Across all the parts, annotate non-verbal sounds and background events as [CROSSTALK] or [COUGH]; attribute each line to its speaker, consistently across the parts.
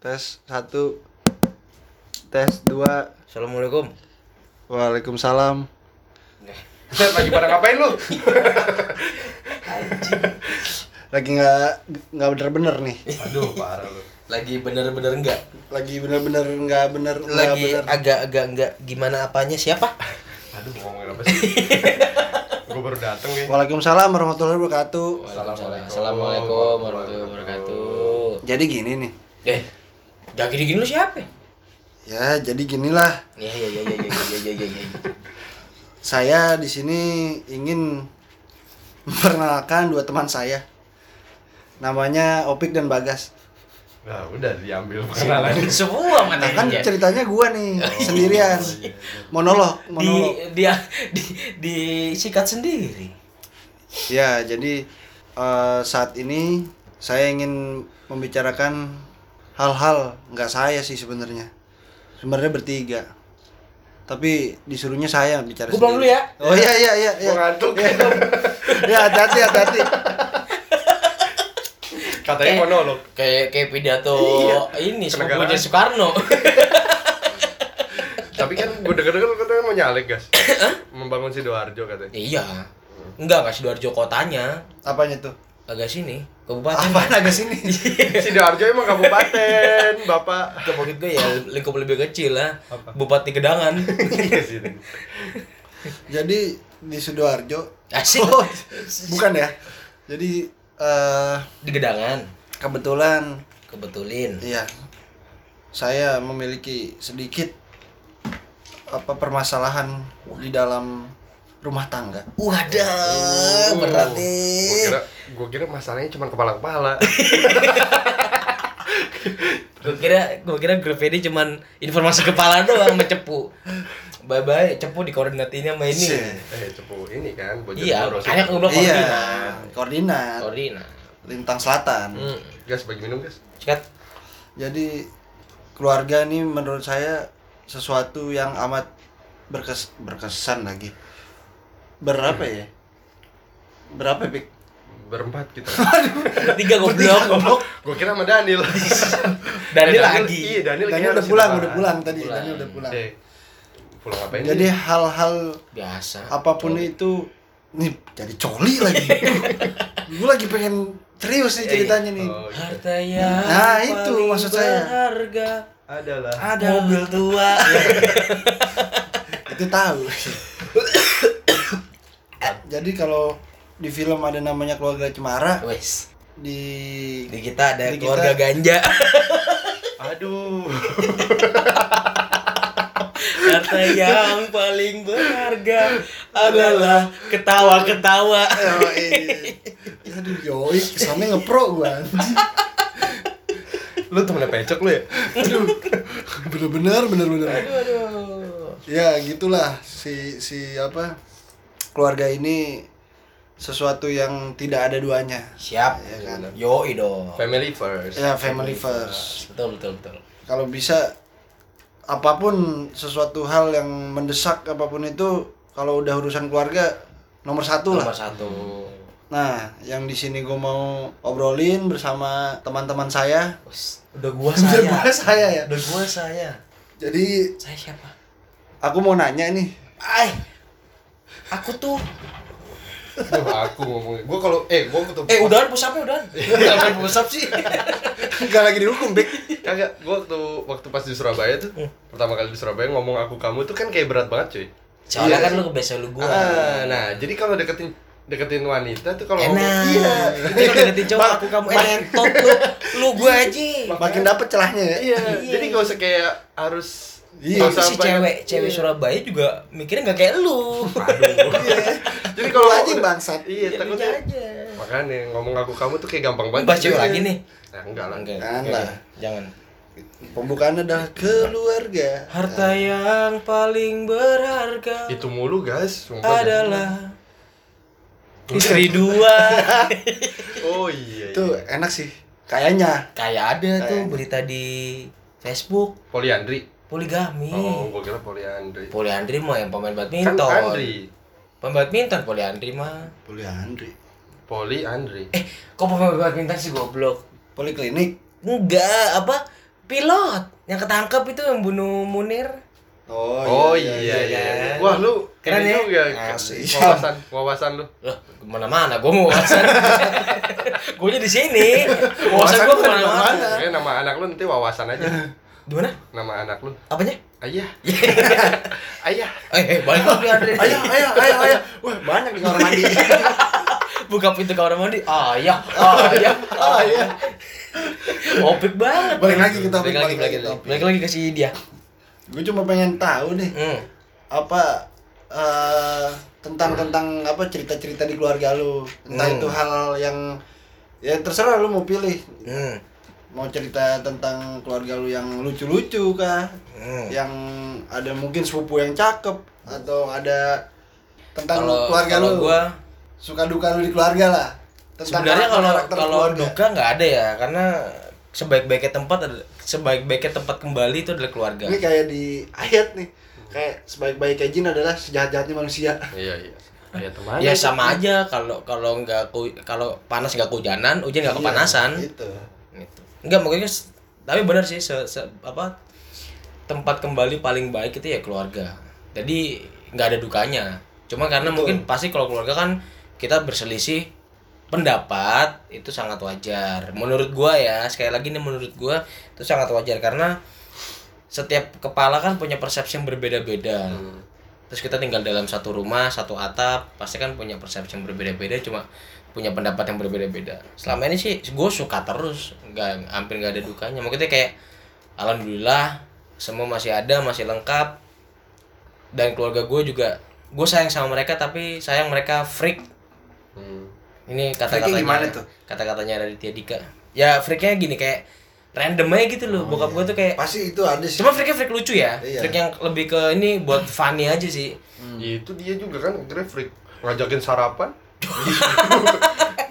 Speaker 1: tes satu tes dua
Speaker 2: Assalamualaikum.
Speaker 1: [LAUGHS] waalaikumsalam
Speaker 3: lagi pada ngapain lu?
Speaker 1: lagi nggak nggak bener-bener nih
Speaker 3: Aduh, parah lu.
Speaker 2: Lagi bener-bener enggak?
Speaker 1: lagi bener-bener nggak bener nggak
Speaker 2: Lagi
Speaker 1: bener
Speaker 2: agak-agak enggak gimana apanya siapa?
Speaker 3: Aduh, mau ngomongin [LAUGHS] apa sih? Gue baru dateng ya. nih.
Speaker 1: waalaikumsalam warahmatullahi wabarakatuh
Speaker 3: Assalamualaikum.
Speaker 2: Assalamualaikum warahmatullahi wabarakatuh.
Speaker 1: jadi gini nih
Speaker 2: Eh, jangan gini-gini lu siapa?
Speaker 1: ya jadi ginilah
Speaker 2: Ya ya ya ya ya ya ya ya. ya.
Speaker 1: saya di sini ingin memperkenalkan dua teman saya namanya Opik dan Bagas
Speaker 3: Nah, udah diambil perkenalan.
Speaker 2: Semua
Speaker 1: nah kan
Speaker 2: materinya.
Speaker 1: ceritanya gua nih sendirian monolog
Speaker 2: di
Speaker 1: monolog
Speaker 2: dia di disikat sendiri.
Speaker 1: Ya, jadi eh, saat ini saya ingin membicarakan hal-hal nggak saya sih sebenarnya. Sebenarnya bertiga. Tapi disuruhnya saya bicara.
Speaker 2: Gua pulang
Speaker 1: sendiri.
Speaker 2: dulu ya.
Speaker 1: Oh iya iya iya.
Speaker 3: Gue
Speaker 1: iya. [LAUGHS]
Speaker 3: ngantuk.
Speaker 1: Ya hati-hati hati-hati. Eh.
Speaker 3: Katanya monolog.
Speaker 2: Kayak kayak pidato
Speaker 1: Iya.
Speaker 2: ini
Speaker 3: Kenegaraan.
Speaker 2: sepupunya Soekarno. [LAUGHS]
Speaker 3: Tapi kan gue denger-denger lu katanya mau nyalek, guys.
Speaker 1: Eh,
Speaker 3: Membangun Sidoarjo katanya.
Speaker 2: iya. Enggak kasih Sidoarjo kotanya.
Speaker 1: Apanya tuh?
Speaker 2: Agak sini, kabupaten.
Speaker 1: Apaan agak sini?
Speaker 2: [LAUGHS]
Speaker 3: Sidoarjo emang kabupaten,
Speaker 2: Ke
Speaker 3: Bapak.
Speaker 2: maksud gue ya lingkup lebih kecil lah.
Speaker 3: Apa?
Speaker 2: Bupati Kedangan.
Speaker 3: Iya sih.
Speaker 1: jadi di Sidoarjo
Speaker 2: Asik.
Speaker 1: Oh, bukan ya. Jadi eh
Speaker 2: Di Kedangan.
Speaker 1: kebetulan
Speaker 2: Kebetulin.
Speaker 1: Iya. Saya memiliki sedikit apa permasalahan di dalam rumah tangga. Eh,
Speaker 2: Wadah, berat
Speaker 3: Gue
Speaker 2: nih.
Speaker 3: kira, gue kira masalahnya cuma kepala-kepala.
Speaker 2: Gue kira gue kira grup ini cuman informasi kepala doang mencepu. Bye bye, cepu di koordinatnya sama ini.
Speaker 1: Shit.
Speaker 3: Eh, cepu ini kan,
Speaker 2: Iya,
Speaker 3: Bojonegoro.
Speaker 2: makanya aku bilang
Speaker 1: iya,
Speaker 2: koordinat.
Speaker 1: koordinat.
Speaker 2: Koordinat.
Speaker 1: Lintang Selatan.
Speaker 2: nah. Hmm.
Speaker 3: Gas bagi minum, guys.
Speaker 2: Sikat.
Speaker 1: Jadi keluarga ini menurut saya sesuatu yang amat berkes berkesan lagi. Berapa
Speaker 2: Hmm.
Speaker 1: ya? Berapa, Pik?
Speaker 3: Berempat kita.
Speaker 2: Tiga goblok.
Speaker 3: Gue kira sama Daniel.
Speaker 2: Dani
Speaker 3: Eh,
Speaker 2: lagi.
Speaker 3: Iya, Daniel,
Speaker 1: Dani
Speaker 3: kayaknya
Speaker 1: udah
Speaker 3: harus
Speaker 1: pulang,
Speaker 3: ditahan.
Speaker 1: udah pulang tadi.
Speaker 2: Pulang.
Speaker 1: Dani udah pulang.
Speaker 3: Eh, pulang ngapain?
Speaker 1: Jadi hal-hal
Speaker 2: Biasa.
Speaker 1: apapun itu nih jadi coli lagi gue lagi pengen serius nih ceritanya nih
Speaker 3: Oh, gitu.
Speaker 2: Harta yang
Speaker 1: Nah, itu
Speaker 2: paling
Speaker 1: maksud saya.
Speaker 2: Berharga.
Speaker 3: Adalah.
Speaker 2: Ada mobil tua.
Speaker 1: itu tahu jadi kalau di film ada namanya keluarga cemara
Speaker 2: [LAUGHS] Wes.
Speaker 1: di
Speaker 2: Di kita ada
Speaker 1: Di kita-
Speaker 2: keluarga [LAUGHS] ganja.
Speaker 3: Aduh.
Speaker 2: Harta yang paling berharga adalah ketawa-ketawa.
Speaker 1: [LAUGHS] Yoi. aduh yoi kesannya ngepro gue
Speaker 3: lu temennya pecek lu ya?
Speaker 1: aduh bener-bener bener-bener
Speaker 2: Aduh.
Speaker 1: ya gitulah si si apa keluarga ini sesuatu yang tidak ada duanya
Speaker 2: Siap.
Speaker 1: Ya kan?
Speaker 2: Yoi dong.
Speaker 3: Family first.
Speaker 1: ya
Speaker 2: Iya.
Speaker 1: family first
Speaker 2: Betul betul betul.
Speaker 1: kalau bisa apapun sesuatu hal yang mendesak apapun itu kalau udah urusan keluarga nomor satu lah
Speaker 2: Nomor satu. Hmm.
Speaker 1: nah yang di sini gue mau obrolin bersama teman-teman saya
Speaker 2: Wes, Udah gua
Speaker 1: Udah
Speaker 2: saya.
Speaker 1: gua saya ya
Speaker 2: Udah gua saya.
Speaker 1: jadi
Speaker 2: Saya siapa?
Speaker 1: aku mau nanya nih
Speaker 2: Ay. Aku tuh
Speaker 3: Duh, aku ngomongin. Gua kalau eh gua ketemu
Speaker 2: Eh, udahan pusapnya [LAUGHS] udahan. Udahan pusap sih.
Speaker 1: [LAUGHS] nggak lagi dihukum Bek
Speaker 3: kagak gua waktu waktu pas di Surabaya tuh
Speaker 2: Hmm.
Speaker 3: pertama kali di Surabaya ngomong aku kamu tuh kan kayak berat banget cuy.
Speaker 2: Soalnya
Speaker 1: Iya.
Speaker 2: kan lu kebiasaan lu gua.
Speaker 3: Ah, nah, jadi kalau deketin deketin wanita tuh kalau
Speaker 2: Enak.
Speaker 3: ngomong
Speaker 2: Iya. Kalau deketin cowok
Speaker 1: Bang,
Speaker 2: aku kamu entot lu. Lu gua aja.
Speaker 1: makin dapet celahnya ya
Speaker 3: Iya, jadi gak usah kayak harus
Speaker 1: Iya,
Speaker 3: gak usah
Speaker 2: si
Speaker 3: apa- ya.
Speaker 2: cewek,
Speaker 3: iya.
Speaker 2: cewek Surabaya juga mikirnya nggak kayak lu.
Speaker 1: Iya.
Speaker 3: Jadi kalau
Speaker 1: Lu aja yang bangsat.
Speaker 3: Iya,
Speaker 2: Ya, lu
Speaker 3: takutnya.
Speaker 2: aja.
Speaker 3: Makanya ngomong aku kamu tuh kayak gampang banget.
Speaker 2: Bahas cewek lagi nih.
Speaker 3: Nah, enggak lah.
Speaker 2: gitu Enggak.
Speaker 1: Jangan
Speaker 2: enggak,
Speaker 1: lah.
Speaker 2: Jangan.
Speaker 1: pembukaannya adalah keluarga
Speaker 2: Harta yang paling berharga
Speaker 3: Itu mulu, guys. Sumpah.
Speaker 2: [LAUGHS] adalah istri dua.
Speaker 3: Oh iya.
Speaker 1: itu
Speaker 3: iya.
Speaker 1: enak sih kayaknya
Speaker 2: Kayak ada tuh
Speaker 1: Kayak.
Speaker 2: berita di Facebook
Speaker 3: Poliandri.
Speaker 2: poligami.
Speaker 3: Oh, gua kira poliandri.
Speaker 2: Poliandri mah yang pemain badminton.
Speaker 3: Kan Andri.
Speaker 2: Pemain badminton Poliandri mah.
Speaker 1: boleh Andri
Speaker 3: Poliandri.
Speaker 2: Eh, kok pemain badminton sih goblok?
Speaker 1: poliklinik
Speaker 2: Enggak, apa? pilot yang ketangkep itu yang bunuh Munir
Speaker 1: Oh,
Speaker 3: Oh, iya, iya, iya,
Speaker 2: iya.
Speaker 3: Wah lu
Speaker 2: Keren
Speaker 3: keren
Speaker 2: ya?
Speaker 3: juga
Speaker 1: Asik.
Speaker 3: wawasan wawasan lu.
Speaker 2: Loh, kemana-mana gue mau [LAUGHS] wawasan gue di sini wawasan
Speaker 1: Wawasan
Speaker 2: gue
Speaker 1: lu
Speaker 2: kemana-mana
Speaker 1: kemana-mana.
Speaker 3: Eh, nama anak lu nanti wawasan aja.
Speaker 2: di mana
Speaker 3: Nama anak lu.
Speaker 2: [LAUGHS] apanya
Speaker 3: Ayah. Ayah.
Speaker 2: eh eh, balik lagi Andre
Speaker 1: Ayo, ayo, ayo, ayo. iya. Wah, banyak di kamar mandi.
Speaker 2: [LAUGHS] buka pintu kamar mandi ayah ayah ayah opik banget
Speaker 1: Balik lagi ke topik, balik lagi
Speaker 2: balik lagi balik lagi
Speaker 1: ke topik.
Speaker 2: balik lagi ke si dia
Speaker 1: Gue cuma pengen tahu deh
Speaker 2: hmm.
Speaker 1: apa eh, tentang tentang apa cerita-cerita di keluarga lu. Entah
Speaker 2: Hmm.
Speaker 1: itu hal yang ya terserah lu mau pilih.
Speaker 2: Hmm.
Speaker 1: Mau cerita tentang keluarga lu yang lucu-lucu kah?
Speaker 2: Hmm.
Speaker 1: Yang ada mungkin sepupu yang cakep atau ada tentang
Speaker 2: Kalau-
Speaker 1: keluarga
Speaker 2: kalau
Speaker 1: lu.
Speaker 2: gua
Speaker 1: Suka duka lu di keluarga lah. Tentang
Speaker 2: sebenarnya kalau
Speaker 1: karakter
Speaker 2: kalau
Speaker 1: keluarga.
Speaker 2: duka nggak ada ya karena sebaik-baiknya tempat adalah sebaik-baiknya tempat kembali itu adalah keluarga
Speaker 1: Ini kayak di ayat nih. Kayak sebaik-baiknya jin adalah sejahat-jahatnya manusia.
Speaker 3: Iya iya. Ayah teman.
Speaker 2: ya sama aja kalau kalau nggak ku- kalau panas nggak kehujanan hujan nggak kepanasan
Speaker 1: Iya, gitu.
Speaker 2: gitu. Enggak makanya s- tapi benar sih se, se- apa tempat kembali paling baik itu ya keluarga. Jadi nggak ada dukanya. Cuma karena mungkin pasti kalau keluarga kan kita berselisih pendapat itu sangat wajar. Menurut gua ya, sekali lagi nih menurut gua itu sangat wajar karena setiap kepala kan punya persepsi yang berbeda-beda.
Speaker 3: Hmm,
Speaker 2: Terus kita tinggal dalam satu rumah, satu atap, pasti kan punya persepsi yang berbeda-beda, cuma punya pendapat yang berbeda-beda. Selama ini sih gue suka terus, nggak hampir nggak ada dukanya. Maksudnya kayak alhamdulillah semua masih ada, masih lengkap. Dan keluarga gue juga, gue sayang sama mereka tapi sayang mereka freak.
Speaker 3: Hmm.
Speaker 2: Ini
Speaker 1: Freaknya gimana
Speaker 2: kata-katanya
Speaker 1: tuh?
Speaker 2: kata-katanya Raditya Dika. Ya freaknya gini kayak random aja gitu loh. Bokap gue tuh kayak
Speaker 1: Pasti itu ada sih.
Speaker 2: Cuma freaknya freak lucu ya,
Speaker 1: Oh, Iya.
Speaker 2: freak yang lebih ke ini buat funny aja sih.
Speaker 3: Ya, itu dia juga kan akhirnya freak ngajakin
Speaker 2: [LAUGHS]
Speaker 3: sarapan.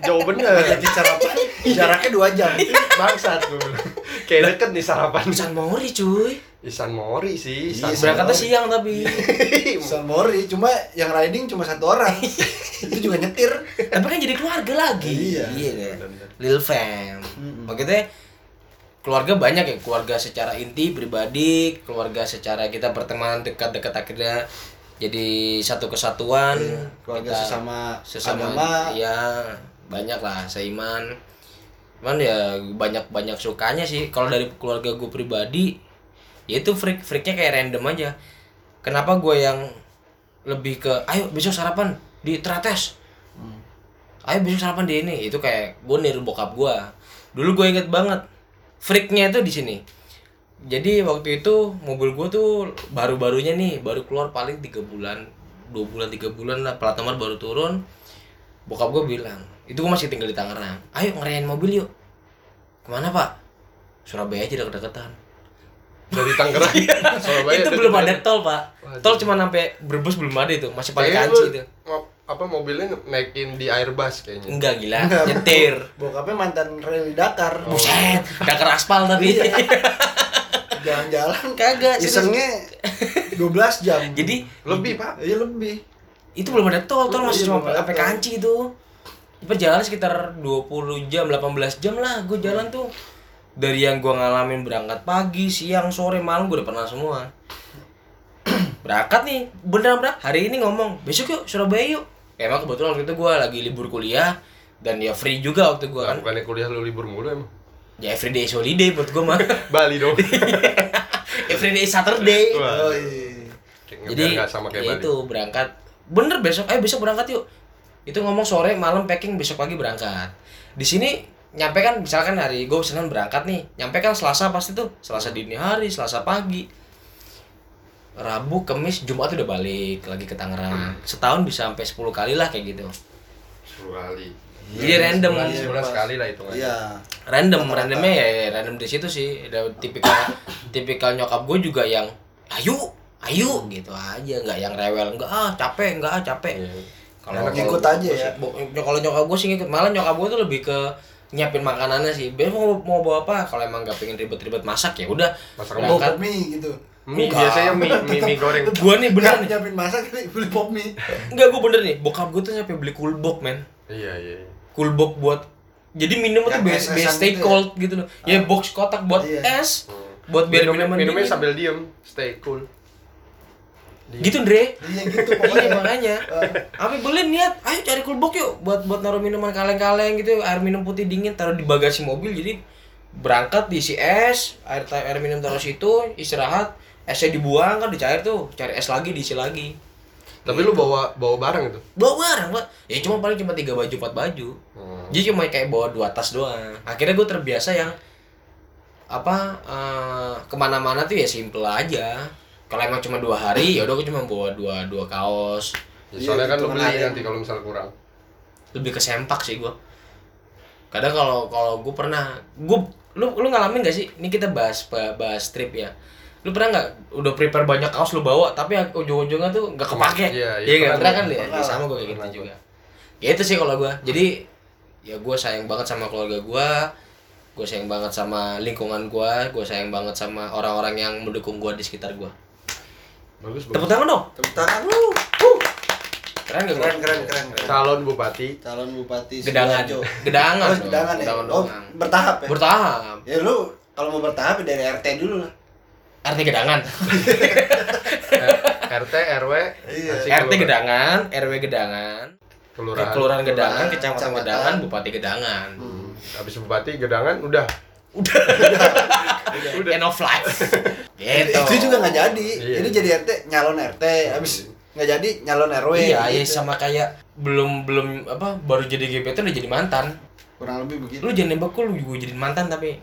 Speaker 3: Jauh bener.
Speaker 1: Jadi sarapan jaraknya dua [LAUGHS] jam.
Speaker 3: Bangsat gue. bilang. Kayak deket nih sarapan.
Speaker 2: San Mori cuy,
Speaker 3: Isan Mori sih. Isan
Speaker 1: Iya,
Speaker 2: berangkatnya
Speaker 1: Mori.
Speaker 2: siang
Speaker 1: [LAUGHS]
Speaker 2: tapi
Speaker 1: San Mori cuma yang riding cuma satu [LAUGHS] orang. itu juga nyetir.
Speaker 2: tapi kan jadi keluarga lagi.
Speaker 1: Iya.
Speaker 2: kan? Lil fam. Maksudnya keluarga banyak ya, keluarga secara inti pribadi, keluarga secara kita pertemanan dekat-dekat akhirnya jadi satu kesatuan.
Speaker 1: Iya, Keluarga
Speaker 2: Kita-
Speaker 1: sesama,
Speaker 2: sesama
Speaker 1: agama.
Speaker 2: iya banyak lah seiman cuman ya banyak banyak sukanya sih kalau dari keluarga gue pribadi ya itu freak freaknya kayak random aja kenapa gue yang lebih ke ayo besok sarapan di terates ayo besok sarapan di ini itu kayak gue niru bokap gue dulu gue inget banget freaknya itu di sini jadi waktu itu mobil gue tuh baru-barunya nih baru keluar paling tiga bulan dua bulan tiga bulan lah plat nomor baru turun bokap gue bilang itu gue masih tinggal di Tangerang ayo ngerayain mobil yuk kemana pak Surabaya aja deket-deketan
Speaker 3: dari
Speaker 2: [LAUGHS]
Speaker 3: Tangerang. Surabaya.
Speaker 2: Iya. itu
Speaker 3: dari
Speaker 2: belum ada
Speaker 3: Tangerang.
Speaker 2: tol pak
Speaker 3: Waduh.
Speaker 2: tol cuma sampai Brebes belum ada itu masih paling
Speaker 3: Kayaknya
Speaker 2: kanci
Speaker 3: lu
Speaker 2: itu
Speaker 3: mo- apa mobilnya naikin di airbus kayaknya.
Speaker 2: enggak gila nyetir
Speaker 1: Bokapnya mantan rally Dakar. [LAUGHS]
Speaker 2: Oh. buset dakar aspal tapi
Speaker 1: Iya. Jalan-jalan
Speaker 2: kagak serius.
Speaker 1: isengnya 12 jam.
Speaker 2: jadi
Speaker 3: Lebih, Pak.
Speaker 1: iya lebih.
Speaker 2: itu belum ada tol, tol masih
Speaker 1: Iya,
Speaker 2: cuma
Speaker 1: belum ada
Speaker 2: sampai
Speaker 1: tol.
Speaker 2: Kanci itu. Perjalanan sekitar 20 jam, 18 jam lah gue jalan tuh. Dari yang gua ngalamin berangkat pagi, siang, sore, malam gue udah pernah semua. [CLEARS THROAT] berangkat nih, beneran berangkat. Hari ini ngomong, besok yuk Surabaya yuk. Emang kebetulan waktu itu gue lagi libur kuliah dan ya free juga waktu gue
Speaker 3: Nah,
Speaker 2: kan.
Speaker 3: bukannya kuliah lu libur mulu emang.
Speaker 2: Ya everyday is holiday buat gue
Speaker 1: [LAUGHS]
Speaker 2: mah.
Speaker 3: Bali
Speaker 2: [LAUGHS]
Speaker 3: dong.
Speaker 2: everyday is Saturday.
Speaker 1: Oh,
Speaker 3: Wah,
Speaker 1: iya.
Speaker 3: kayak-
Speaker 2: Jadi
Speaker 3: nggak sama kayak
Speaker 2: ya
Speaker 3: Bali.
Speaker 2: itu berangkat. Bener besok, eh besok berangkat yuk. Itu ngomong sore malam packing besok pagi berangkat. Di sini nyampe kan misalkan hari gue Senin berangkat nih, nyampe kan Selasa pasti tuh, Selasa dini hari, Selasa pagi. Rabu, Kamis, Jumat udah balik lagi ke
Speaker 3: Hmm.
Speaker 2: Tangerang. Setahun bisa sampai 10 kali lah kayak gitu.
Speaker 3: Sepuluh kali.
Speaker 2: Jadi random.
Speaker 3: Sebulan, sebulan sekali lah itu
Speaker 1: Iya.
Speaker 2: random randomnya ya, ya random di situ sih ada tipikal tipikal nyokap gue juga yang ayo ayo gitu aja nggak yang rewel nggak ah capek nggak ah capek
Speaker 3: Iya.
Speaker 2: kalau
Speaker 3: Enak
Speaker 1: ngikut
Speaker 2: kalau-
Speaker 1: aja ya.
Speaker 2: bo- kalau nyokap gue sih ngikut malah nyokap gue tuh lebih ke nyiapin makanannya sih biar mau, mau bawa apa kalau emang nggak pengen ribet-ribet masak ya udah
Speaker 3: Masak
Speaker 1: Mau
Speaker 2: berangkat
Speaker 1: pop mie gitu.
Speaker 3: Mie biasanya mie, mie, mie goreng.
Speaker 2: gue nih bener
Speaker 1: Nggak
Speaker 2: nih
Speaker 1: nyiapin masak tapi beli pop mie.
Speaker 2: nggak gue bener nih bokap gue tuh sampai beli kulbok men
Speaker 3: Iya, iya. iya.
Speaker 2: kulbok buat jadi minum tuh
Speaker 1: Yang
Speaker 2: base
Speaker 1: es-esan
Speaker 2: base stay
Speaker 1: gitu ya?
Speaker 2: cold gitu loh ya box kotak buat
Speaker 1: Iya.
Speaker 2: es
Speaker 3: Hmm.
Speaker 2: buat biar gitu.
Speaker 3: Minum-
Speaker 2: minuman
Speaker 3: minumnya
Speaker 2: dingin.
Speaker 3: sambil diem, stay cool.
Speaker 2: gitu Dre
Speaker 1: Iya gitu
Speaker 2: iya
Speaker 1: pokoknya.
Speaker 2: makanya Abi boleh niat ayo cari kulbok yuk buat buat naruh minuman kaleng-kaleng gitu air minum putih dingin taruh di bagasi mobil jadi berangkat diisi es air ta- air minum taruh situ istirahat esnya dibuang kan dicair tuh cari es lagi diisi lagi Iya.
Speaker 3: Tapi lu bawa bawa barang itu.
Speaker 2: bawa barang pak ya cuma paling cuma tiga baju empat baju jadi cuma kayak bawa dua tas doang akhirnya gue terbiasa yang apa eh, kemana-mana tuh ya simple aja kalau emang cuma dua hari ya udah gue cuma bawa dua dua kaos
Speaker 3: Ya, soalnya
Speaker 1: Iya,
Speaker 3: kan
Speaker 1: gitu,
Speaker 3: lu beli
Speaker 1: menarik.
Speaker 3: nanti kalau misal kurang.
Speaker 2: lebih ke sempak sih gue kadang kalau kalau gue pernah gue lu lu ngalamin gak sih ini kita bahas bah- bahas trip ya lu pernah nggak udah prepare banyak kaos lu bawa tapi ujung-ujungnya tuh nggak kepake
Speaker 3: Iya, iya,
Speaker 2: iya nggak
Speaker 3: pernah
Speaker 2: pernah kan
Speaker 3: gua,
Speaker 2: ya
Speaker 1: pernah.
Speaker 2: Ya, sama gue kayak
Speaker 3: Pernah
Speaker 2: gitu
Speaker 3: gua.
Speaker 2: juga ya itu sih kalau gue jadi ya gue sayang banget sama keluarga gue gue sayang banget sama lingkungan gue gue sayang banget sama orang-orang yang mendukung gue di sekitar gue
Speaker 3: Bagus
Speaker 2: tepuk
Speaker 3: bagus.
Speaker 2: tangan dong
Speaker 1: Tepuk tangan lu.
Speaker 2: keren gak
Speaker 1: Keren keren keren. keren.
Speaker 3: Calon bupati.
Speaker 1: Calon Bupati
Speaker 2: gedangan
Speaker 1: Sidoarjo.
Speaker 2: gedangan
Speaker 1: Oh,
Speaker 2: dong.
Speaker 1: gedangan ya. Oh,
Speaker 2: doang.
Speaker 1: bertahap ya.
Speaker 2: bertahap
Speaker 1: Ya lu kalau mau bertahap ya dari RT dulu lah.
Speaker 2: RT Gedangan.
Speaker 3: RT RW.
Speaker 1: Iya.
Speaker 2: RT
Speaker 3: nanti kelurahan-
Speaker 2: Gedangan, RW Gedangan,
Speaker 3: Kelurahan.
Speaker 2: Kelurahan Gedangan,
Speaker 1: Kelurahan,
Speaker 2: Kecamatan
Speaker 1: Kecamatan.
Speaker 2: Gedangan, Bupati Gedangan.
Speaker 1: Hmm.
Speaker 3: Habis bupati gedangan udah. [LAUGHS] Udah.
Speaker 2: End of
Speaker 3: [LAUGHS]
Speaker 2: life. gitu.
Speaker 1: Ya, Itu juga nggak jadi.
Speaker 3: Iya.
Speaker 1: Jadi jadi RT nyalon RT, habis nggak jadi nyalon RW.
Speaker 2: Iya, iya
Speaker 1: gitu.
Speaker 2: sama kayak belum belum apa baru jadi GPT udah jadi mantan.
Speaker 1: Kurang lebih begitu.
Speaker 2: Lu jangan nembak gua, lu juga jadi mantan tapi.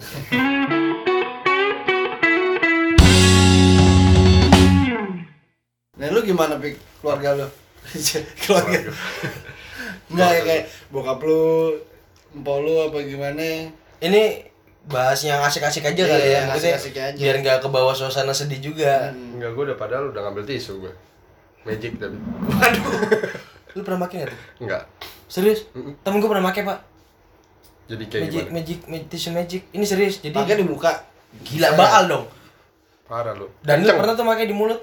Speaker 1: Nah lu gimana pik keluarga lu? [LAUGHS] keluarga. Enggak ya kayak bokap lu, empok lu apa gimana?
Speaker 2: Ini bahas yang asik-asik aja
Speaker 1: Iya,
Speaker 2: kali ya.
Speaker 1: yang
Speaker 2: maksudnya
Speaker 1: asik-asik aja.
Speaker 2: Biar nggak kebawa suasana sedih juga.
Speaker 3: Enggak gua udah padahal udah ngambil tisu gua. Magic tapi.
Speaker 2: Hmm. [LAUGHS] Lu pernah pakai nggak tuh?
Speaker 3: Enggak.
Speaker 2: Serius?
Speaker 3: Mm-mm.
Speaker 2: Temen gua pernah pakai, Pak.
Speaker 3: Jadi kayak
Speaker 2: Magic,
Speaker 3: gimana?
Speaker 2: magic, magic, tissue magic. Ini serius. Jadi
Speaker 1: Pakai di muka.
Speaker 2: gila baal dong.
Speaker 3: Parah [LAUGHS] lu.
Speaker 2: Dan lu
Speaker 3: Kenceng.
Speaker 2: pernah tuh pakai di mulut?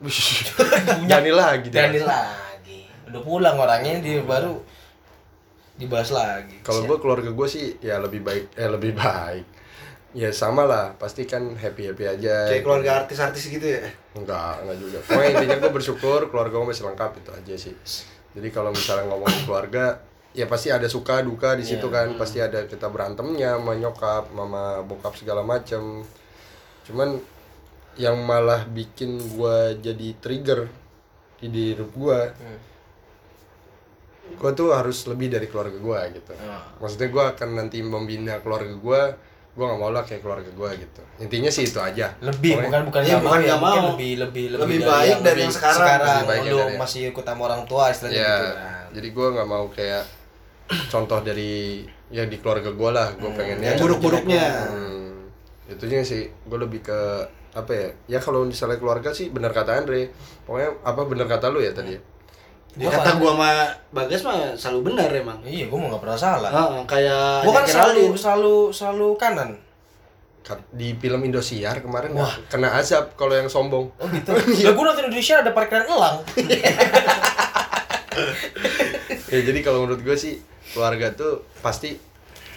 Speaker 3: Wih.
Speaker 2: Punya.
Speaker 3: Dani lagi.
Speaker 2: Dan lagi. Udah pulang orangnya dia baru dibahas lagi.
Speaker 3: Kalau gue keluarga gue sih ya lebih baik eh lebih baik. Ya sama lah, pasti kan happy happy aja.
Speaker 1: Kayak keluarga artis-artis gitu ya.
Speaker 3: Enggak, enggak juga. Pokoknya intinya gue bersyukur keluarga gue masih lengkap itu aja sih. Jadi kalau misalnya ngomongin keluarga, ya pasti ada suka duka di situ kan. Pasti ada kita berantemnya, sama nyokap, mama bokap segala macem. Cuman yang malah bikin gue jadi trigger di hidup gue.
Speaker 2: Hmm.
Speaker 3: Gue tuh harus lebih dari keluarga gue gitu.
Speaker 2: Hmm.
Speaker 3: Maksudnya gue akan nanti membina keluarga gue. Gue gak mau lah kayak keluarga gue gitu. Intinya sih itu aja.
Speaker 2: lebih
Speaker 3: Pokoknya-
Speaker 2: bukan bukan
Speaker 1: Iya,
Speaker 2: nggak
Speaker 1: bukan
Speaker 2: ya,
Speaker 1: nggak
Speaker 2: mungkin
Speaker 1: mau.
Speaker 2: lebih lebih
Speaker 1: Lebih baik dari yang sekarang.
Speaker 2: sekarang
Speaker 3: Lebih baik
Speaker 2: lu
Speaker 3: dari-
Speaker 2: masih ikut sama orang tua istilahnya
Speaker 3: ya
Speaker 2: gitu kan.
Speaker 3: jadi gue nggak mau kayak contoh dari ya di keluarga gue lah gue pengennya
Speaker 2: Iya,
Speaker 1: Yang buruk-buruknya.
Speaker 3: Hmm, itunya sih gue lebih ke apa ya ya kalau misalnya keluarga sih benar kata Andre pokoknya apa benar kata lu ya tadi ya?
Speaker 1: Ya, kata gua sama Bagas mah selalu benar emang.
Speaker 2: Iya, gua mau nggak pernah salah.
Speaker 1: Heeh, kayak
Speaker 2: Gua kan
Speaker 1: Jack
Speaker 2: selalu
Speaker 1: Geraldine.
Speaker 2: selalu selalu kanan.
Speaker 3: Kat- di film Indosiar kemarin kena azab kalau yang [LAUGHS] sombong
Speaker 2: Oh gitu. Lah gua nonton Indonesia ada parkiran elang.
Speaker 3: ya jadi kalau menurut gue sih keluarga tuh pasti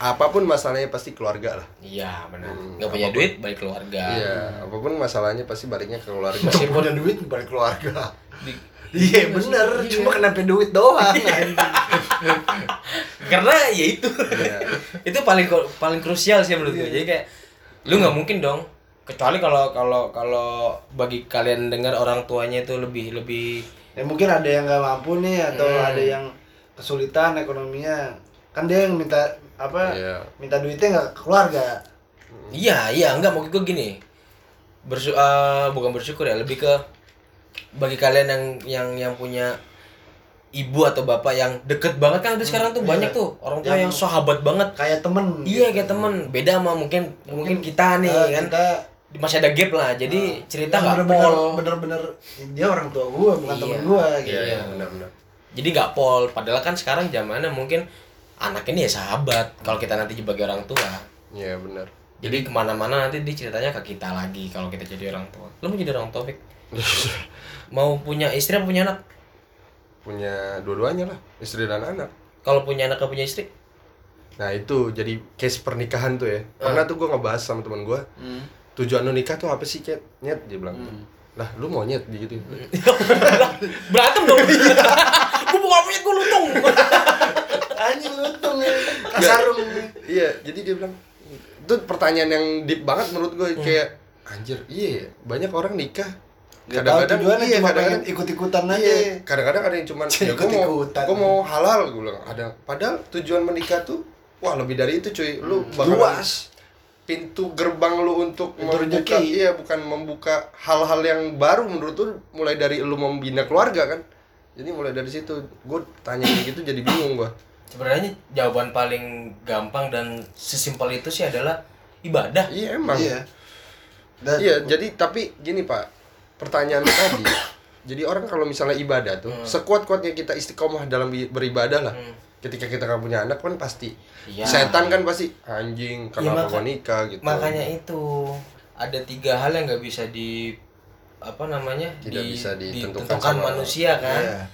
Speaker 3: apapun masalahnya pasti keluarga lah
Speaker 2: Iya, benar.
Speaker 3: Hmm,
Speaker 2: Nggak punya
Speaker 3: apapun.
Speaker 2: duit balik keluarga.
Speaker 3: iya apapun masalahnya pasti baliknya ke keluarga
Speaker 1: Meskipun ada duit balik keluarga.
Speaker 2: Di-
Speaker 1: Iya bener, cuma kenapa duit doang
Speaker 2: karena ya itu
Speaker 3: Iya.
Speaker 2: [LAUGHS] itu paling paling krusial sih menurut gue jadi kayak lu nggak mungkin dong kecuali kalau kalau kalau bagi kalian dengar orang tuanya itu lebih lebih
Speaker 1: Ya mungkin ada yang nggak mampu nih atau
Speaker 2: Hmm.
Speaker 1: ada yang kesulitan ekonominya Kan dia yang minta apa
Speaker 3: Iya.
Speaker 1: minta duitnya nggak ke keluarga
Speaker 2: iya iya nggak maksud gue gini bersu eh, bukan bersyukur ya lebih ke bagi kalian yang yang yang punya ibu atau bapak yang deket banget kan udah sekarang tuh banyak tuh orang tua yang,
Speaker 1: Yang-
Speaker 2: sahabat banget
Speaker 1: Kayak temen
Speaker 2: iya
Speaker 1: gitu.
Speaker 2: kayak temen beda sama mungkin mungkin kita nih
Speaker 1: Eh,
Speaker 2: kan
Speaker 1: kita,
Speaker 2: masih ada gap lah jadi
Speaker 1: yang
Speaker 2: cerita nggak
Speaker 1: bener-bener-
Speaker 2: pol
Speaker 1: Bener-bener dia orang tua gua bukan
Speaker 2: Iya.
Speaker 1: temen gua gitu
Speaker 3: [LAUGHS] iya iya benar-benar
Speaker 2: jadi nggak pol padahal kan sekarang zamannya mungkin anak ini ya sahabat kalau kita nanti sebagai orang tua
Speaker 3: iya benar
Speaker 2: jadi kemana-mana nanti dia ceritanya ke kita lagi kalau kita jadi orang tua lo mau jadi orang [LAUGHS] tua Fik? mau punya istri apa punya anak
Speaker 3: punya dua-duanya lah istri dan anak
Speaker 2: kalau punya anak apa punya istri [LAUGHS]
Speaker 1: Ah.
Speaker 3: nah itu jadi case pernikahan tuh ya pernah tuh gue ngebahas sama teman gue
Speaker 1: Hmm. [LAUGHS]
Speaker 3: tujuan lu nikah tuh apa sih Cet? Nyet dia bilang lah lu mau nyet gitu
Speaker 1: Hmm.
Speaker 2: Berantem dong. [LAUGHS] Gue bukan punya gue lutung.
Speaker 1: Anjing lutung ya. Kasarung.
Speaker 3: [LAUGHS] iya jadi dia bilang itu pertanyaan yang deep banget menurut gue
Speaker 1: Hmm.
Speaker 3: kayak anjir iya ya, banyak orang nikah
Speaker 1: Gak tau
Speaker 3: kadang-kadang
Speaker 1: tujuannya
Speaker 3: iya
Speaker 1: cuma pengen
Speaker 3: kadang-kadang
Speaker 1: ikut-ikutan aja.
Speaker 3: iya kadang-kadang ada yang cuman ya gue mau
Speaker 1: Ikut-ikutan.
Speaker 3: gua mau halal gue bilang ada padahal tujuan menikah tuh wah lebih dari itu cuy lu bakal
Speaker 1: Hmm. Luas.
Speaker 3: pintu gerbang lu untuk
Speaker 1: Pintu
Speaker 3: membuka
Speaker 1: rezeki.
Speaker 3: iya bukan membuka hal-hal yang baru menurut lu mulai dari lu membina keluarga kan jadi mulai dari situ gue tanya kayak gitu jadi bingung gue
Speaker 2: Sebenarnya jawaban paling gampang dan sesimpel itu sih adalah ibadah.
Speaker 3: iya emang
Speaker 1: Iya. Dan
Speaker 3: Iya, jadi tapi gini Pak, pertanyaan tadi. jadi orang kalau misalnya ibadah tuh, sekuat-kuatnya kita istiqomah dalam i- beribadah lah. Ketika kita nggak punya anak kan pasti
Speaker 2: Iya.
Speaker 3: setan kan pasti anjing kenapa
Speaker 2: maka-
Speaker 3: gua nikah gitu.
Speaker 2: Makanya itu ada tiga hal yang nggak bisa di apa namanya
Speaker 3: Tidak
Speaker 2: di-
Speaker 3: bisa ditentukan
Speaker 2: ditentukan
Speaker 3: sama-
Speaker 2: manusia kan.
Speaker 1: Iya.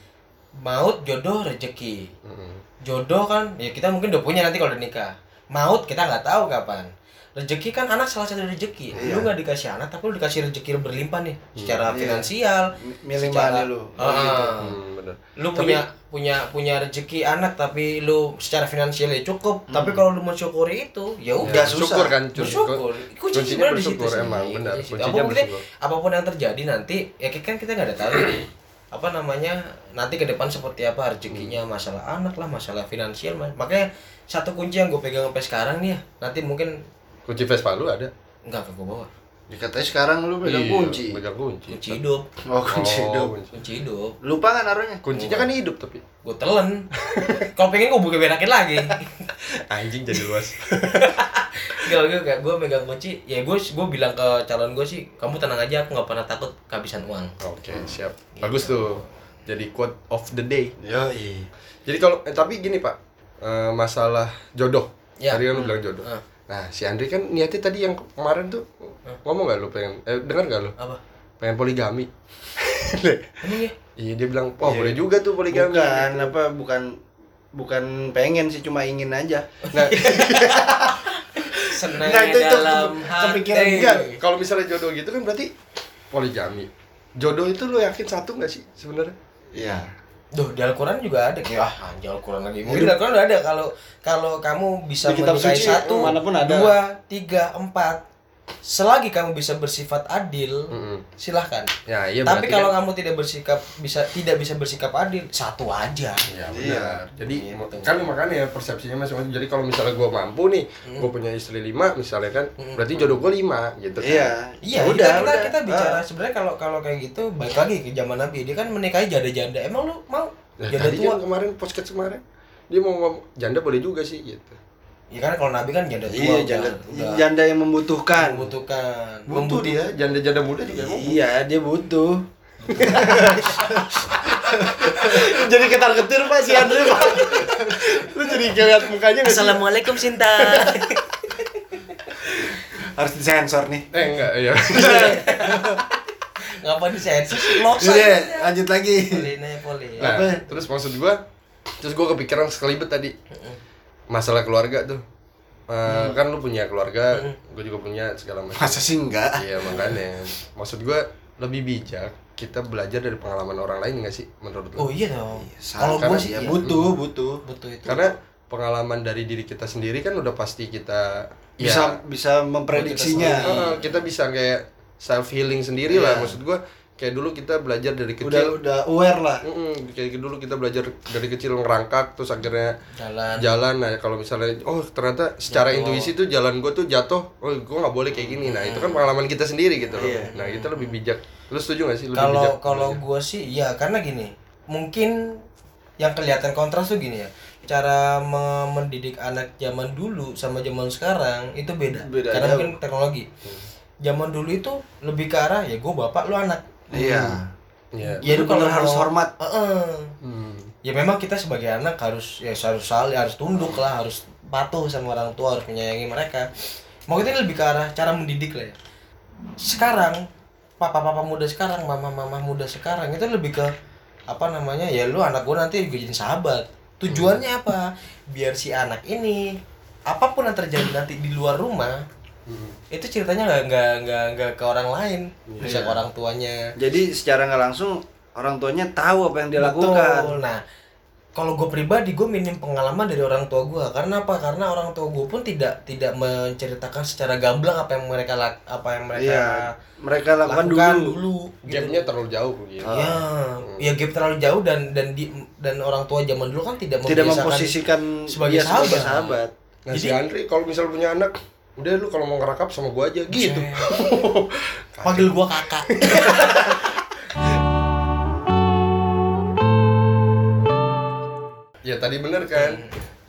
Speaker 2: Maut, jodoh, rezeki.
Speaker 3: Mm-mm.
Speaker 2: Jodoh kan ya kita mungkin udah punya nanti kalau udah nikah. Maut kita nggak tahu kapan. Rezeki kan anak salah satu rezeki. Lu
Speaker 3: Iya.
Speaker 2: nggak dikasih anak tapi lu dikasih rezeki berlimpah nih secara finansial.
Speaker 1: milih mana
Speaker 2: secara-
Speaker 1: lu? Oh, gitu.
Speaker 2: Ah,
Speaker 3: Hmm, bener.
Speaker 2: lu punya punya punya rezeki anak tapi lu secara finansial ya cukup
Speaker 3: Hmm.
Speaker 2: tapi kalau lu mau syukuri itu ya udah
Speaker 1: Nggak susah.
Speaker 3: Syukur kan,
Speaker 2: bersyukur kuncinya
Speaker 3: kuncinya
Speaker 2: sebenarnya di situ
Speaker 3: bersyukur,
Speaker 2: sih.
Speaker 3: emang, benar.
Speaker 2: Di situ.
Speaker 3: Kuncinya
Speaker 2: apapun, deh,
Speaker 3: bersyukur.
Speaker 2: apapun yang terjadi nanti ya kan kita nggak ada tahu
Speaker 3: [CLEARS THROAT]
Speaker 2: nih. apa namanya nanti ke depan seperti apa rezekinya
Speaker 3: Hmm.
Speaker 2: masalah anak lah masalah finansial mas. makanya satu kunci yang gue pegang sampai sekarang nih ya nanti mungkin
Speaker 3: Kunci Vespa lu ada?
Speaker 2: nggak akan gue bawa
Speaker 1: Dikatanya sekarang lu pegang
Speaker 3: Iya,
Speaker 1: kunci.
Speaker 3: Pegang kunci.
Speaker 2: kunci hidup
Speaker 1: Oh, kunci
Speaker 3: Oh,
Speaker 1: hidup.
Speaker 3: kunci.
Speaker 2: [LAUGHS] kunci hidup
Speaker 1: Lupa kan naruhnya?
Speaker 3: Kuncinya kan hidup tapi
Speaker 2: gue telen [LAUGHS] kalau pengen gue buka berakin lagi [LAUGHS]
Speaker 3: anjing jadi luas.
Speaker 2: Gak, gue kayak gue megang kunci, ya gue gue bilang ke calon gue sih, kamu tenang aja, aku nggak pernah takut kehabisan uang.
Speaker 3: [LAUGHS] Oke, siap.
Speaker 2: Iya.
Speaker 3: Bagus tuh. Jadi quote of the day.
Speaker 1: Yo,
Speaker 3: Jadi kalau eh, tapi gini pak, Eh, masalah jodoh.
Speaker 2: Ya.
Speaker 3: Tadi kan lu bilang jodoh.
Speaker 2: Ah.
Speaker 3: Nah si Andri kan niatnya tadi yang kemarin tuh
Speaker 2: Hmm.
Speaker 3: ngomong gak lu pengen, eh dengar gak lu
Speaker 2: Apa?
Speaker 3: pengen poligami?
Speaker 2: Emang ya?
Speaker 3: Iya dia bilang, wah boleh juga tuh poligami.
Speaker 1: Bukan apa bukan bukan pengen sih cuma ingin aja.
Speaker 3: Nah
Speaker 2: Senang
Speaker 1: Nah, itu- itu
Speaker 2: ya dalam
Speaker 1: ke-
Speaker 2: hati.
Speaker 1: kepikiran
Speaker 3: kan, kalau misalnya jodoh gitu kan berarti poligami. Jodoh itu lu yakin satu gak sih sebenarnya?
Speaker 1: Iya.
Speaker 2: Duh, di Al-Quran juga ada kayak ah anjir Al-Quran lagi. Mungkin di Al-Quran udah ada kalau kalau kamu bisa
Speaker 1: Di kitab
Speaker 2: menikahi
Speaker 1: suci,
Speaker 2: satu,
Speaker 1: manapun ada.
Speaker 2: dua, tiga, empat. Selagi kamu bisa bersifat adil,
Speaker 3: Mm-mm.
Speaker 2: silahkan.
Speaker 3: Ya iya.
Speaker 2: Tapi
Speaker 3: berarti
Speaker 2: kalau
Speaker 3: kan-
Speaker 2: kamu tidak bersikap bisa tidak bisa bersikap adil, satu aja.
Speaker 1: Iya.
Speaker 3: Ya, benar. Jadi
Speaker 2: Gitu.
Speaker 3: kan makanya persepsinya masing-masing. Jadi kalau misalnya gua mampu nih,
Speaker 1: Mm.
Speaker 3: gua punya istri lima misalnya kan, berarti jodoh gua lima gitu. kan.
Speaker 1: Iya.
Speaker 2: Iya,
Speaker 1: Ya
Speaker 2: udah, kita, kita, kita bicara sebenarnya kalau kalau kayak gitu balik lagi ke zaman Nabi dia kan menikahi janda-janda. Emang lu mau
Speaker 3: Nah,
Speaker 2: janda
Speaker 3: tadi
Speaker 2: tua?
Speaker 3: kan kemarin podcast kemarin dia mau ngomong janda boleh juga sih gitu.
Speaker 2: Ya kan kalau Nabi kan janda
Speaker 1: Iya,
Speaker 2: tua. udah-
Speaker 1: janda
Speaker 2: udah
Speaker 1: janda yang membutuhkan.
Speaker 2: membutuhkan.
Speaker 3: Butuh dia janda-janda muda juga mau.
Speaker 1: Iya, dia butuh. jadi ketar ketir pak si Andre pak.
Speaker 3: Lu jadi ngeliat mukanya nggak sih?
Speaker 2: Assalamualaikum Sinta.
Speaker 1: Harus disensor nih.
Speaker 3: Eh enggak ya. [LAUGHS]
Speaker 2: Ngapain disensus? Losan.
Speaker 1: Udah, lanjut lagi.
Speaker 2: Polin aja, polin.
Speaker 3: nah,
Speaker 1: Apa?
Speaker 3: terus maksud gua terus gua kepikiran sekelibet tadi. Masalah keluarga tuh. Eh, kan lu punya keluarga, gua juga punya segala macam.
Speaker 1: Masa sih enggak?
Speaker 3: Iya makanya. Maksud gua lebih bijak kita belajar dari pengalaman orang lain nggak sih menurut lu?
Speaker 2: Oh iya dong. Kalau
Speaker 1: Karena
Speaker 2: gua sih
Speaker 1: dia
Speaker 2: iya.
Speaker 1: butuh, butuh.
Speaker 2: butuh itu.
Speaker 3: Karena pengalaman dari diri kita sendiri kan udah pasti kita
Speaker 1: Bisa Iya.
Speaker 3: ya,
Speaker 1: bisa memprediksinya.
Speaker 3: Heeh, kita bisa kayak self healing sendiri lah maksud gua kayak dulu kita belajar dari
Speaker 1: Iya. Udah
Speaker 3: kecil
Speaker 1: udah aware lah.
Speaker 3: Mm-mm, kayak dulu kita belajar dari kecil ngerangkak terus akhirnya
Speaker 2: Jalan.
Speaker 3: jalan nah kalau misalnya oh ternyata secara intuisi tuh jalan gue tuh jatuh oh gue nggak boleh kayak gini nah itu kan pengalaman kita sendiri gitu loh nah kita lebih bijak lu setuju gak sih lebih bijak
Speaker 2: kalau kalau gue sih iya karena gini mungkin yang kelihatan kontras tuh gini ya cara me- mendidik anak zaman dulu sama zaman sekarang itu beda,
Speaker 1: Beda jauh.
Speaker 2: karena
Speaker 1: Hmm.
Speaker 2: mungkin teknologi zaman dulu itu lebih ke arah ya gue bapak lu anak
Speaker 1: Iya.
Speaker 3: Iya.
Speaker 2: ya lu kalau
Speaker 1: Bener-bener harus
Speaker 2: mau-
Speaker 1: hormat.
Speaker 2: Heeh.
Speaker 3: Hmm.
Speaker 2: ya memang kita sebagai anak harus ya harus saling harus tunduk lah harus patuh sama orang tua harus menyayangi mereka maksudnya ini lebih ke arah cara mendidik lah ya sekarang papa papa muda sekarang mama mama muda sekarang itu lebih ke apa namanya ya lu anak gua nanti juga jadi sahabat tujuannya apa biar si anak ini apapun yang terjadi nanti di luar rumah
Speaker 3: Hmm.
Speaker 2: itu ceritanya nggak nggak nggak nggak ke orang lain bisa ke orang tuanya
Speaker 1: Jadi secara nggak langsung orang tuanya tahu apa yang dia lakukan.
Speaker 2: Betul. nah kalau gue pribadi gue minim pengalaman dari orang tua gue karena apa karena orang tua gue pun tidak tidak menceritakan secara gamblang apa yang mereka lak- apa yang mereka
Speaker 1: Iya. Mereka lakukan,
Speaker 2: lakukan
Speaker 1: dulu.
Speaker 2: dulu, gitu.
Speaker 3: Gapnya terlalu jauh gitu.
Speaker 2: Ya, ya gap terlalu jauh dan dan di, dan orang tua zaman dulu kan tidak
Speaker 1: Tidak
Speaker 2: membiasakan- [LAUGHS]
Speaker 1: memposisikan
Speaker 2: sebagai
Speaker 1: dia sebagai
Speaker 2: sahabat.
Speaker 1: sahabat.
Speaker 3: Nah, si Andri kalau misal punya anak, udah lu kalau mau ngerakap sama gua aja gitu.
Speaker 2: [LAUGHS] Iya. panggil gua kakak.
Speaker 3: ya tadi bener kan.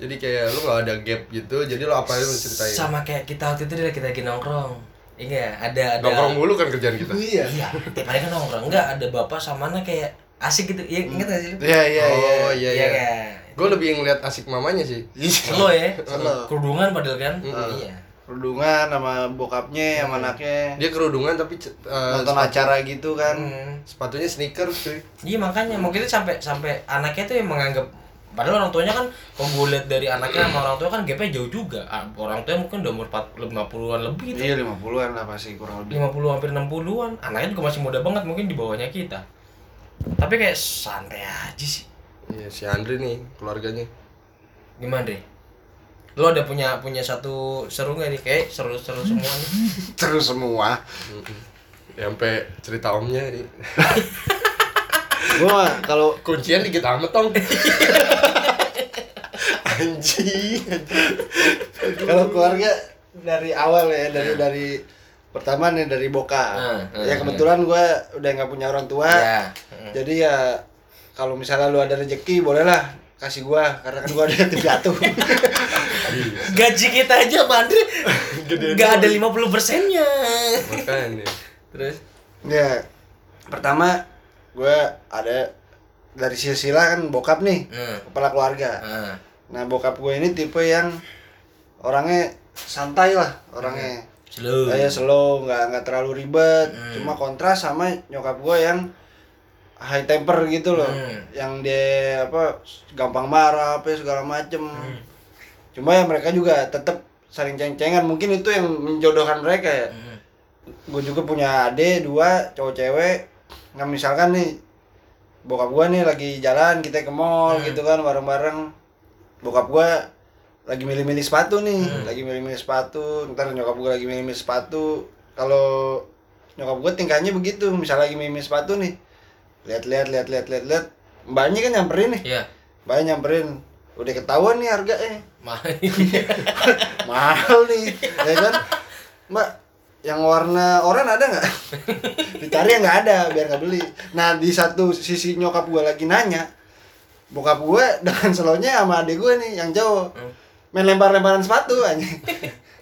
Speaker 3: Jadi kayak lu nggak ada gap gitu, jadi lu apa aja lu ceritain.
Speaker 2: Sama kayak kita waktu itu dia kita lagi nongkrong. Iya, ada ada
Speaker 3: Nongkrong mulu kan kerjaan kita.
Speaker 2: Iya. Tiap hari kan nongkrong. Enggak, ada bapak sama anak kayak asik gitu. Iya, ingat gak sih?
Speaker 1: Iya iya iya.
Speaker 3: Oh iya iya.
Speaker 2: kan?
Speaker 3: Gue lebih ngeliat asik mamanya sih.
Speaker 1: iya.
Speaker 2: Lo ya?
Speaker 1: Selo.
Speaker 2: Kerudungan padahal kan? Iya.
Speaker 1: Kerudungan sama bokapnya sama anaknya.
Speaker 3: Dia kerudungan tapi c- eh,
Speaker 1: Nonton
Speaker 3: sepat-
Speaker 1: acara gitu kan.
Speaker 2: Hmm.
Speaker 3: sepatunya sneakers cuy.
Speaker 2: Iya makanya mungkin itu sampai sampai anaknya tuh yang menganggap padahal orang tuanya kan kalau gue lihat dari anaknya sama orang tua kan gapnya jauh juga Ah, orang tuanya mungkin udah umur 40 50-an lebih gitu
Speaker 1: Iya 50-an lah pasti kurang lebih.
Speaker 2: 50 hampir 60-an anaknya juga masih muda banget mungkin di bawahnya kita tapi kayak santai aja sih
Speaker 3: Iya, si Andri nih keluarganya.
Speaker 2: gimana deh lo ada punya punya satu seru nggak nih kayak seru-seru semua nih
Speaker 1: Terus semua.
Speaker 3: Ya, sampai cerita omnya ini.
Speaker 1: Gua mah kalau
Speaker 3: kuncian dikit amat tong. anjing.
Speaker 1: kalau keluarga dari awal ya dari dari pertama nih dari bokap.
Speaker 2: Hmm, hmm,
Speaker 1: ya kebetulan gua udah nggak punya orang tua.
Speaker 2: ya
Speaker 1: Jadi ya kalau misalnya lu ada rezeki bolehlah kasih gua karena kan gua ada yatim piatu.
Speaker 2: gaji kita aja mandiri nggak ada 50 persennya
Speaker 3: Makanya.
Speaker 2: terus
Speaker 1: ya pertama gua ada dari silsilah kan bokap nih
Speaker 2: Hmm.
Speaker 1: kepala keluarga.
Speaker 2: ah.
Speaker 1: Nah bokap gue ini tipe yang orangnya santai lah orangnya.
Speaker 2: slow
Speaker 1: Saya slow, nggak nggak terlalu ribet. Cuma kontras sama nyokap gue yang high temper gitu loh,
Speaker 2: Hmm.
Speaker 1: yang dia apa gampang marah apa segala macem.
Speaker 2: Hmm.
Speaker 1: Cuma ya mereka juga tetap saling ceng-cengan. Mungkin itu yang menjodohkan mereka ya.
Speaker 2: Hmm.
Speaker 1: Gue juga punya adik dua cowok cewek. Nah misalkan nih bokap gue nih lagi jalan kita ke mall gitu kan bareng-bareng. Bokap gue lagi milih-milih sepatu nih, lagi milih-milih sepatu. Ntar nyokap gue lagi milih-milih sepatu. Kalau nyokap gue tingkahnya begitu, misalnya lagi milih-milih sepatu nih, lihat-lihat, lihat-lihat, lihat-lihat. Mbaknya kan nyamperin nih,
Speaker 2: ya
Speaker 1: mbaknya nyamperin. Udah ketahuan nih eh. harganya,
Speaker 2: main [LAUGHS]
Speaker 1: mahal nih, ya kan? Mbak, yang warna oranye ada nggak? Dicari yang nggak ada, biar nggak beli. Nah di satu sisi nyokap gue lagi nanya, bokap gue dengan selonya sama adik gue nih yang jauh
Speaker 3: Hmm.
Speaker 1: main lempar-lemparan sepatu aja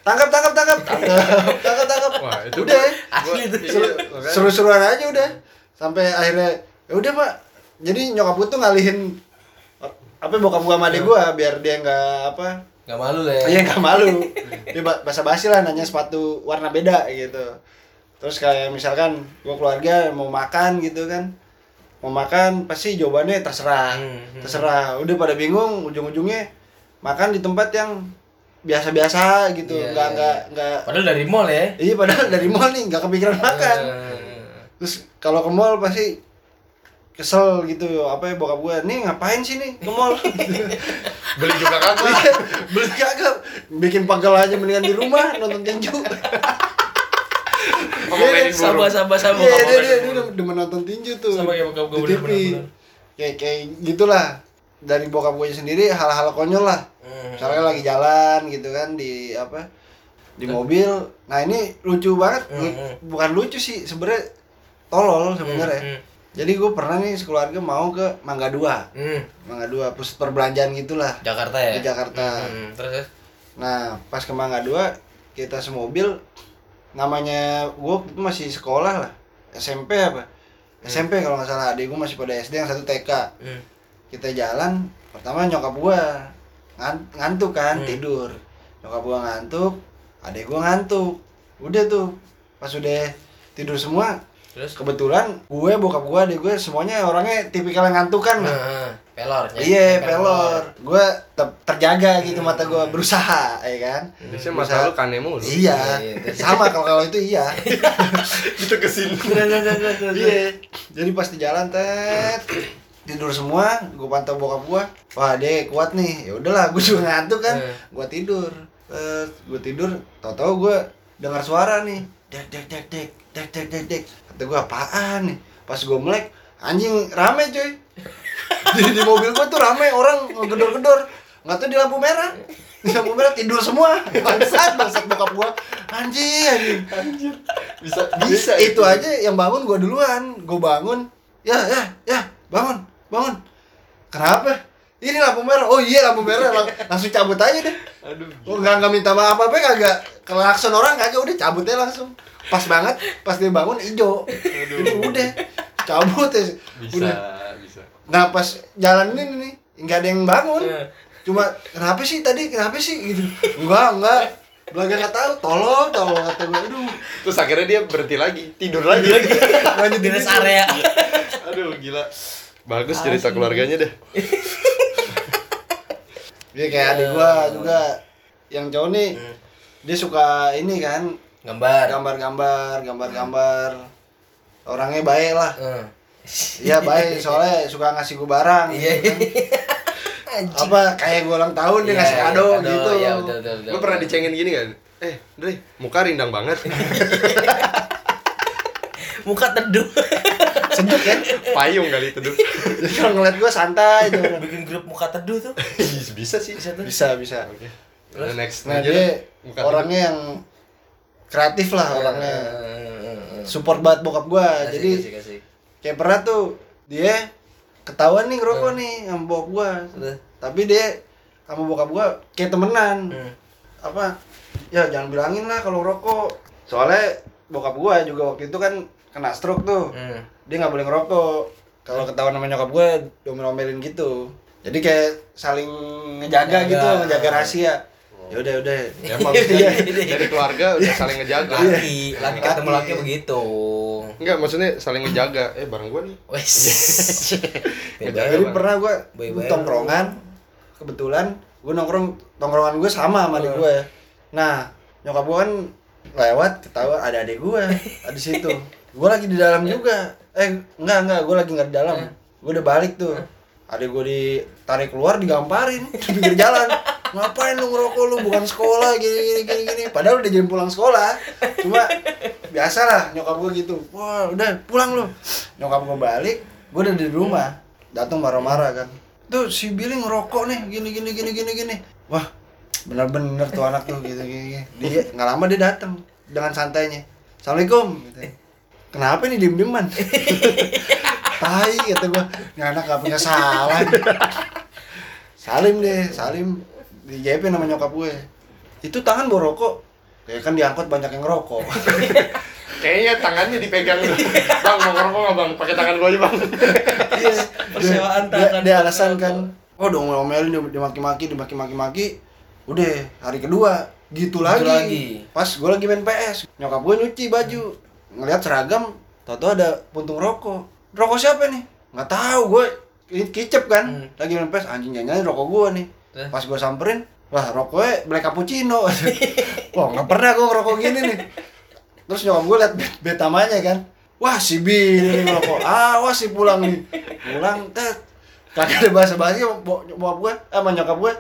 Speaker 1: tangkap tangkap tangkap tangkap tangkap tangkap
Speaker 3: Wah, itu
Speaker 1: udah ya.
Speaker 2: Asli tuh.
Speaker 3: Iya, makanya.
Speaker 1: seru-seruan aja udah sampai akhirnya ya udah pak jadi nyokap gue tuh ngalihin apa bokap gue sama adik
Speaker 3: Iya.
Speaker 1: gue biar dia nggak apa
Speaker 2: nggak malu lah ya
Speaker 1: Iya nggak malu. [LAUGHS] Dia bahasa basi lah nanya sepatu warna beda gitu. Terus kayak misalkan gua keluarga mau makan gitu kan. Mau makan pasti jawabannya terserah.
Speaker 2: Hmm, hmm.
Speaker 1: Terserah. Udah pada bingung ujung-ujungnya makan di tempat yang biasa-biasa gitu.
Speaker 2: Iya,
Speaker 1: Nggak
Speaker 2: iya,
Speaker 1: nggak
Speaker 2: iya.
Speaker 1: nggak
Speaker 2: padahal dari mall ya
Speaker 1: Iya padahal dari mall nih nggak kepikiran makan. Terus kalau ke mall pasti kesel gitu apa ya bokap gua nih ngapain sih nih ke
Speaker 2: [LAUGHS]
Speaker 1: mall
Speaker 3: Beli juga kan, kagak.
Speaker 1: beli kagak bikin pegel aja mendingan di rumah nonton tinju
Speaker 3: Iya, Sama mainin burung.
Speaker 2: sabar sabar sabar
Speaker 1: iya dia dia dia demen nonton tinju tuh
Speaker 2: Sama kayak bokap gua,
Speaker 1: di
Speaker 2: bener,
Speaker 1: TV.
Speaker 2: bener, bener.
Speaker 1: kayak kayak gitulah dari bokap gue sendiri hal-hal konyol lah
Speaker 2: Hmm.
Speaker 1: misalnya lagi jalan gitu kan di apa di mobil nah ini lucu banget Lu-
Speaker 2: Hmm.
Speaker 1: bukan lucu sih sebenarnya tolol sebenarnya
Speaker 2: Hmm.
Speaker 1: jadi gue pernah nih sekeluarga mau ke Mangga Dua
Speaker 2: Hmm.
Speaker 1: Mangga Dua pusat perbelanjaan gitulah
Speaker 2: Jakarta ya
Speaker 1: di Jakarta
Speaker 2: Hmm, terus ya?
Speaker 1: Nah, pas ke Mangga 2 kita semobil namanya gua masih sekolah lah. SMP apa? SMP kalau nggak salah adik gua masih pada SD yang satu TK.
Speaker 2: Hmm.
Speaker 1: Kita jalan, pertama nyokap gua ngan- ngantuk kan, tidur. Nyokap gua ngantuk, adik gua ngantuk. Udah tuh, pas udah tidur semua,
Speaker 2: terus
Speaker 1: kebetulan gue bokap gua adik gue semuanya orangnya tipikal yang ngantukan lah.
Speaker 2: Nah, pelor ya?
Speaker 1: Iya, pelor. Gue tetap terjaga gitu mata gue berusaha, ya kan?
Speaker 3: Biasanya masa lu kane mulu.
Speaker 1: Iya,
Speaker 2: Iya, iya.
Speaker 1: sama kalau kalau itu iya.
Speaker 3: [LAUGHS] Itu
Speaker 1: [LAUGHS]
Speaker 3: kesini.
Speaker 1: Iya. Jadi pas di jalan tet tidur semua, gue pantau bokap gue. Wah, dia kuat nih. Ya udahlah, gue juga ngantuk kan.
Speaker 2: Iya.
Speaker 1: Gue tidur. gue tidur, tau-tau gue dengar suara nih. Dek dek dek dek dek dek dek dek. Kata gue apaan nih? Pas gue melek, anjing rame coy. di, di mobil gue tuh rame orang ngegedor-gedor. Nggak tahu di lampu merah. Di lampu merah tidur semua. Bangsat, bangsat bokap gue. Anjing, anjing
Speaker 3: Bisa
Speaker 1: bisa itu aja yang bangun gua duluan gua bangun ya ya ya bangun bangun kenapa ini lampu merah oh iya lampu merah Lang- langsung cabut aja deh
Speaker 3: Aduh.
Speaker 1: gua nggak nggak minta maaf apa apa kagak kelakson orang kagak udah cabut aja langsung pas banget pas dia bangun ijo Jadi udah cabut ya
Speaker 3: Bisa,
Speaker 1: udah
Speaker 3: bisa.
Speaker 1: nah pas jalan ini nih nggak ada yang bangun
Speaker 2: Iya.
Speaker 1: cuma kenapa sih tadi kenapa sih gitu enggak enggak belaga nggak tahu tolong tolong kata gua aduh
Speaker 3: Terus akhirnya dia berhenti lagi, tidur lagi.
Speaker 1: lanjut
Speaker 2: Di rest
Speaker 1: tidur.
Speaker 2: area.
Speaker 3: Aduh, gila. Bagus cerita keluarganya deh.
Speaker 1: Dia kayak adik gua
Speaker 2: Iya.
Speaker 1: juga yang cowok nih
Speaker 3: Iya.
Speaker 1: dia suka ini kan
Speaker 2: Gambar.
Speaker 1: gambar-gambar, gambar-gambar. Orangnya baik lah.
Speaker 2: Eh.
Speaker 1: Iya baik soalnya suka ngasih gua barang.
Speaker 2: Iya.
Speaker 1: gitu kan. Apa kayak gua ulang tahun Kan dia
Speaker 2: Iya,
Speaker 1: ngasih
Speaker 2: iya,
Speaker 1: kado
Speaker 2: kado,
Speaker 1: gitu.
Speaker 2: iya, betul, betul, betul.
Speaker 3: Lu pernah dicengin gini kan? Eh, Dre, muka rindang [LAUGHS] banget.
Speaker 2: Muka teduh. [LAUGHS]
Speaker 1: Sejuk kan?
Speaker 3: Payung kali itu, Duh.
Speaker 1: Jadi kalau ngeliat gua santai gitu kan. itu orang.
Speaker 2: Bikin grup muka teduh tuh.
Speaker 3: Ih, Iya. bisa sih.
Speaker 2: Bisa tuh.
Speaker 1: Bisa bisa.
Speaker 3: Nah, next
Speaker 1: Nah
Speaker 3: aja
Speaker 1: dia
Speaker 3: deh. Muka
Speaker 1: orangnya yang kreatif
Speaker 2: Iya.
Speaker 1: lah orangnya. Support banget bokap gua. Iya, Jadi
Speaker 2: Jadi kasih, kasih.
Speaker 1: kayak pernah tuh dia ketahuan nih ngerokok nih sama bokap gua
Speaker 2: Udah.
Speaker 1: tapi dia sama bokap gua kayak temenan
Speaker 2: Hmm.
Speaker 1: apa ya jangan bilangin lah kalau ngerokok soalnya bokap gua juga waktu itu kan kena stroke tuh
Speaker 2: Hmm.
Speaker 1: dia nggak boleh ngerokok kalau ketahuan sama nyokap gua diomel-omelin gitu jadi kayak saling ngejaga
Speaker 2: Ngejaga. Oh.
Speaker 1: gitu ngejaga rahasia yaudah yaudah
Speaker 3: Ya,
Speaker 2: [LAUGHS]
Speaker 3: bagus
Speaker 2: Iya,
Speaker 3: dari,
Speaker 2: iya.
Speaker 3: dari keluarga udah saling ngejaga.
Speaker 2: Laki, laki
Speaker 1: Laki.
Speaker 2: ketemu laki begitu.
Speaker 3: Enggak, maksudnya saling ngejaga. Eh, barang gua nih.
Speaker 2: Wes. [LAUGHS]
Speaker 3: Ngejaga
Speaker 1: Ya, jadi
Speaker 3: barang.
Speaker 1: pernah gua
Speaker 2: Boy,
Speaker 1: di
Speaker 2: boy.
Speaker 1: tongkrongan kebetulan gua nongkrong tongkrongan gua sama sama adik gua nah nyokap gua kan lewat ketawa ada adik gua di situ gua lagi di dalam juga eh enggak enggak gua lagi nggak di dalam gua udah balik tuh adik gua ditarik keluar digamparin [LAUGHS] di pinggir jalan ngapain lu ngerokok lu bukan sekolah gini gini gini gini padahal udah jam pulang sekolah cuma biasalah nyokap gua gitu wah udah pulang lu nyokap gua balik gua udah di rumah datang marah-marah kan tuh si Billy ngerokok nih gini gini gini gini gini wah bener-bener tuh anak tuh gitu gini, gini. dia nggak lama dia datang dengan santainya assalamualaikum gitu. kenapa ini diem [LAUGHS] dieman tai kata gua ini anak gak punya salah salim deh salim di JP nama nyokap gue itu tangan bawa rokok ya kan diangkut banyak yang ngerokok
Speaker 3: Kayaknya tangannya dipegang. bang, mau ngerokok nggak, Bang? Pakai tangan gua aja, Bang.
Speaker 1: Iya.
Speaker 2: [LAUGHS] Persewaan
Speaker 1: Dia- dia-
Speaker 2: tangan.
Speaker 1: dia alasan kan oh dong omelin dia- dimaki-maki dimaki-maki maki udah hari kedua gitu, lagi.
Speaker 2: lagi.
Speaker 1: pas gue lagi main PS nyokap gue nyuci baju ngelihat seragam tau-tau ada puntung rokok rokok siapa nih nggak tahu gue ki- kicep kan
Speaker 2: Hmm.
Speaker 1: lagi main PS anjing jangan rokok gue nih
Speaker 2: Eh.
Speaker 1: pas gue samperin wah rokoknya black
Speaker 2: [LAUGHS]
Speaker 1: cappuccino wah nggak pernah gue ngerokok gini nih terus nyokap gue liat bet- betamanya kan wah si Billy nih ngerokok awas si pulang nih pulang tet kagak ada bahasa basi bokap gue eh sama nyokap gue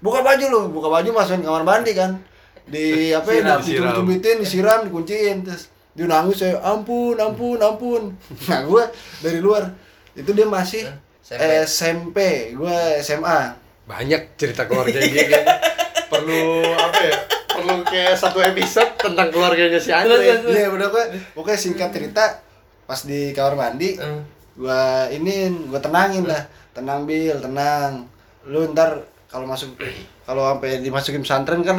Speaker 1: buka baju lu buka baju masukin kamar mandi kan di apa ya
Speaker 3: Siram, siram.
Speaker 1: dicubit-cubitin disiram dikunciin terus dia nangis saya ampun ampun ampun [LAUGHS] nah gue dari luar itu dia masih
Speaker 2: SMP.
Speaker 1: SMP gue SMA
Speaker 3: Banyak cerita keluarga dia kan. Perlu apa ya? Perlu kayak satu episode tentang keluarganya si Andre.
Speaker 1: Iya udah gue Pokoknya singkat
Speaker 3: Hmm.
Speaker 1: cerita Pas di kamar mandi
Speaker 2: Eh.
Speaker 1: Gua inin Gua tenangin
Speaker 3: Hmm.
Speaker 1: lah Tenang Bil Tenang Lu ntar Kalau masuk Kalau sampai dimasukin pesantren kan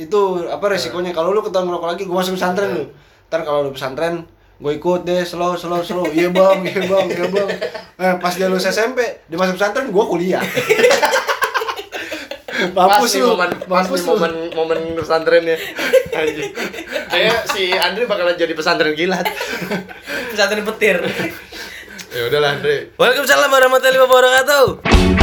Speaker 1: Itu
Speaker 3: Hmm.
Speaker 1: Apa resikonya Kalau lu ketahuan ngerokok lagi Gua masuk pesantren lu Ntar kalau lu pesantren Gue ikut deh slow slow slow Iya bang Iya bang Iya bang Eh, Pas dia lulus SMP Dia masuk pesantren Gua
Speaker 3: [LAUGHS]
Speaker 1: kuliah
Speaker 3: Pas
Speaker 1: Mampus
Speaker 3: nih
Speaker 1: lu
Speaker 3: momen, pas nih
Speaker 1: Mampus lu
Speaker 3: momen, momen pesantrennya. Anjing. Kayaknya si Andre bakalan jadi pesantren kilat.
Speaker 2: Pesantren petir.
Speaker 3: ya udahlah Andre
Speaker 2: Waalaikumsalam warahmatullahi wabarakatuh.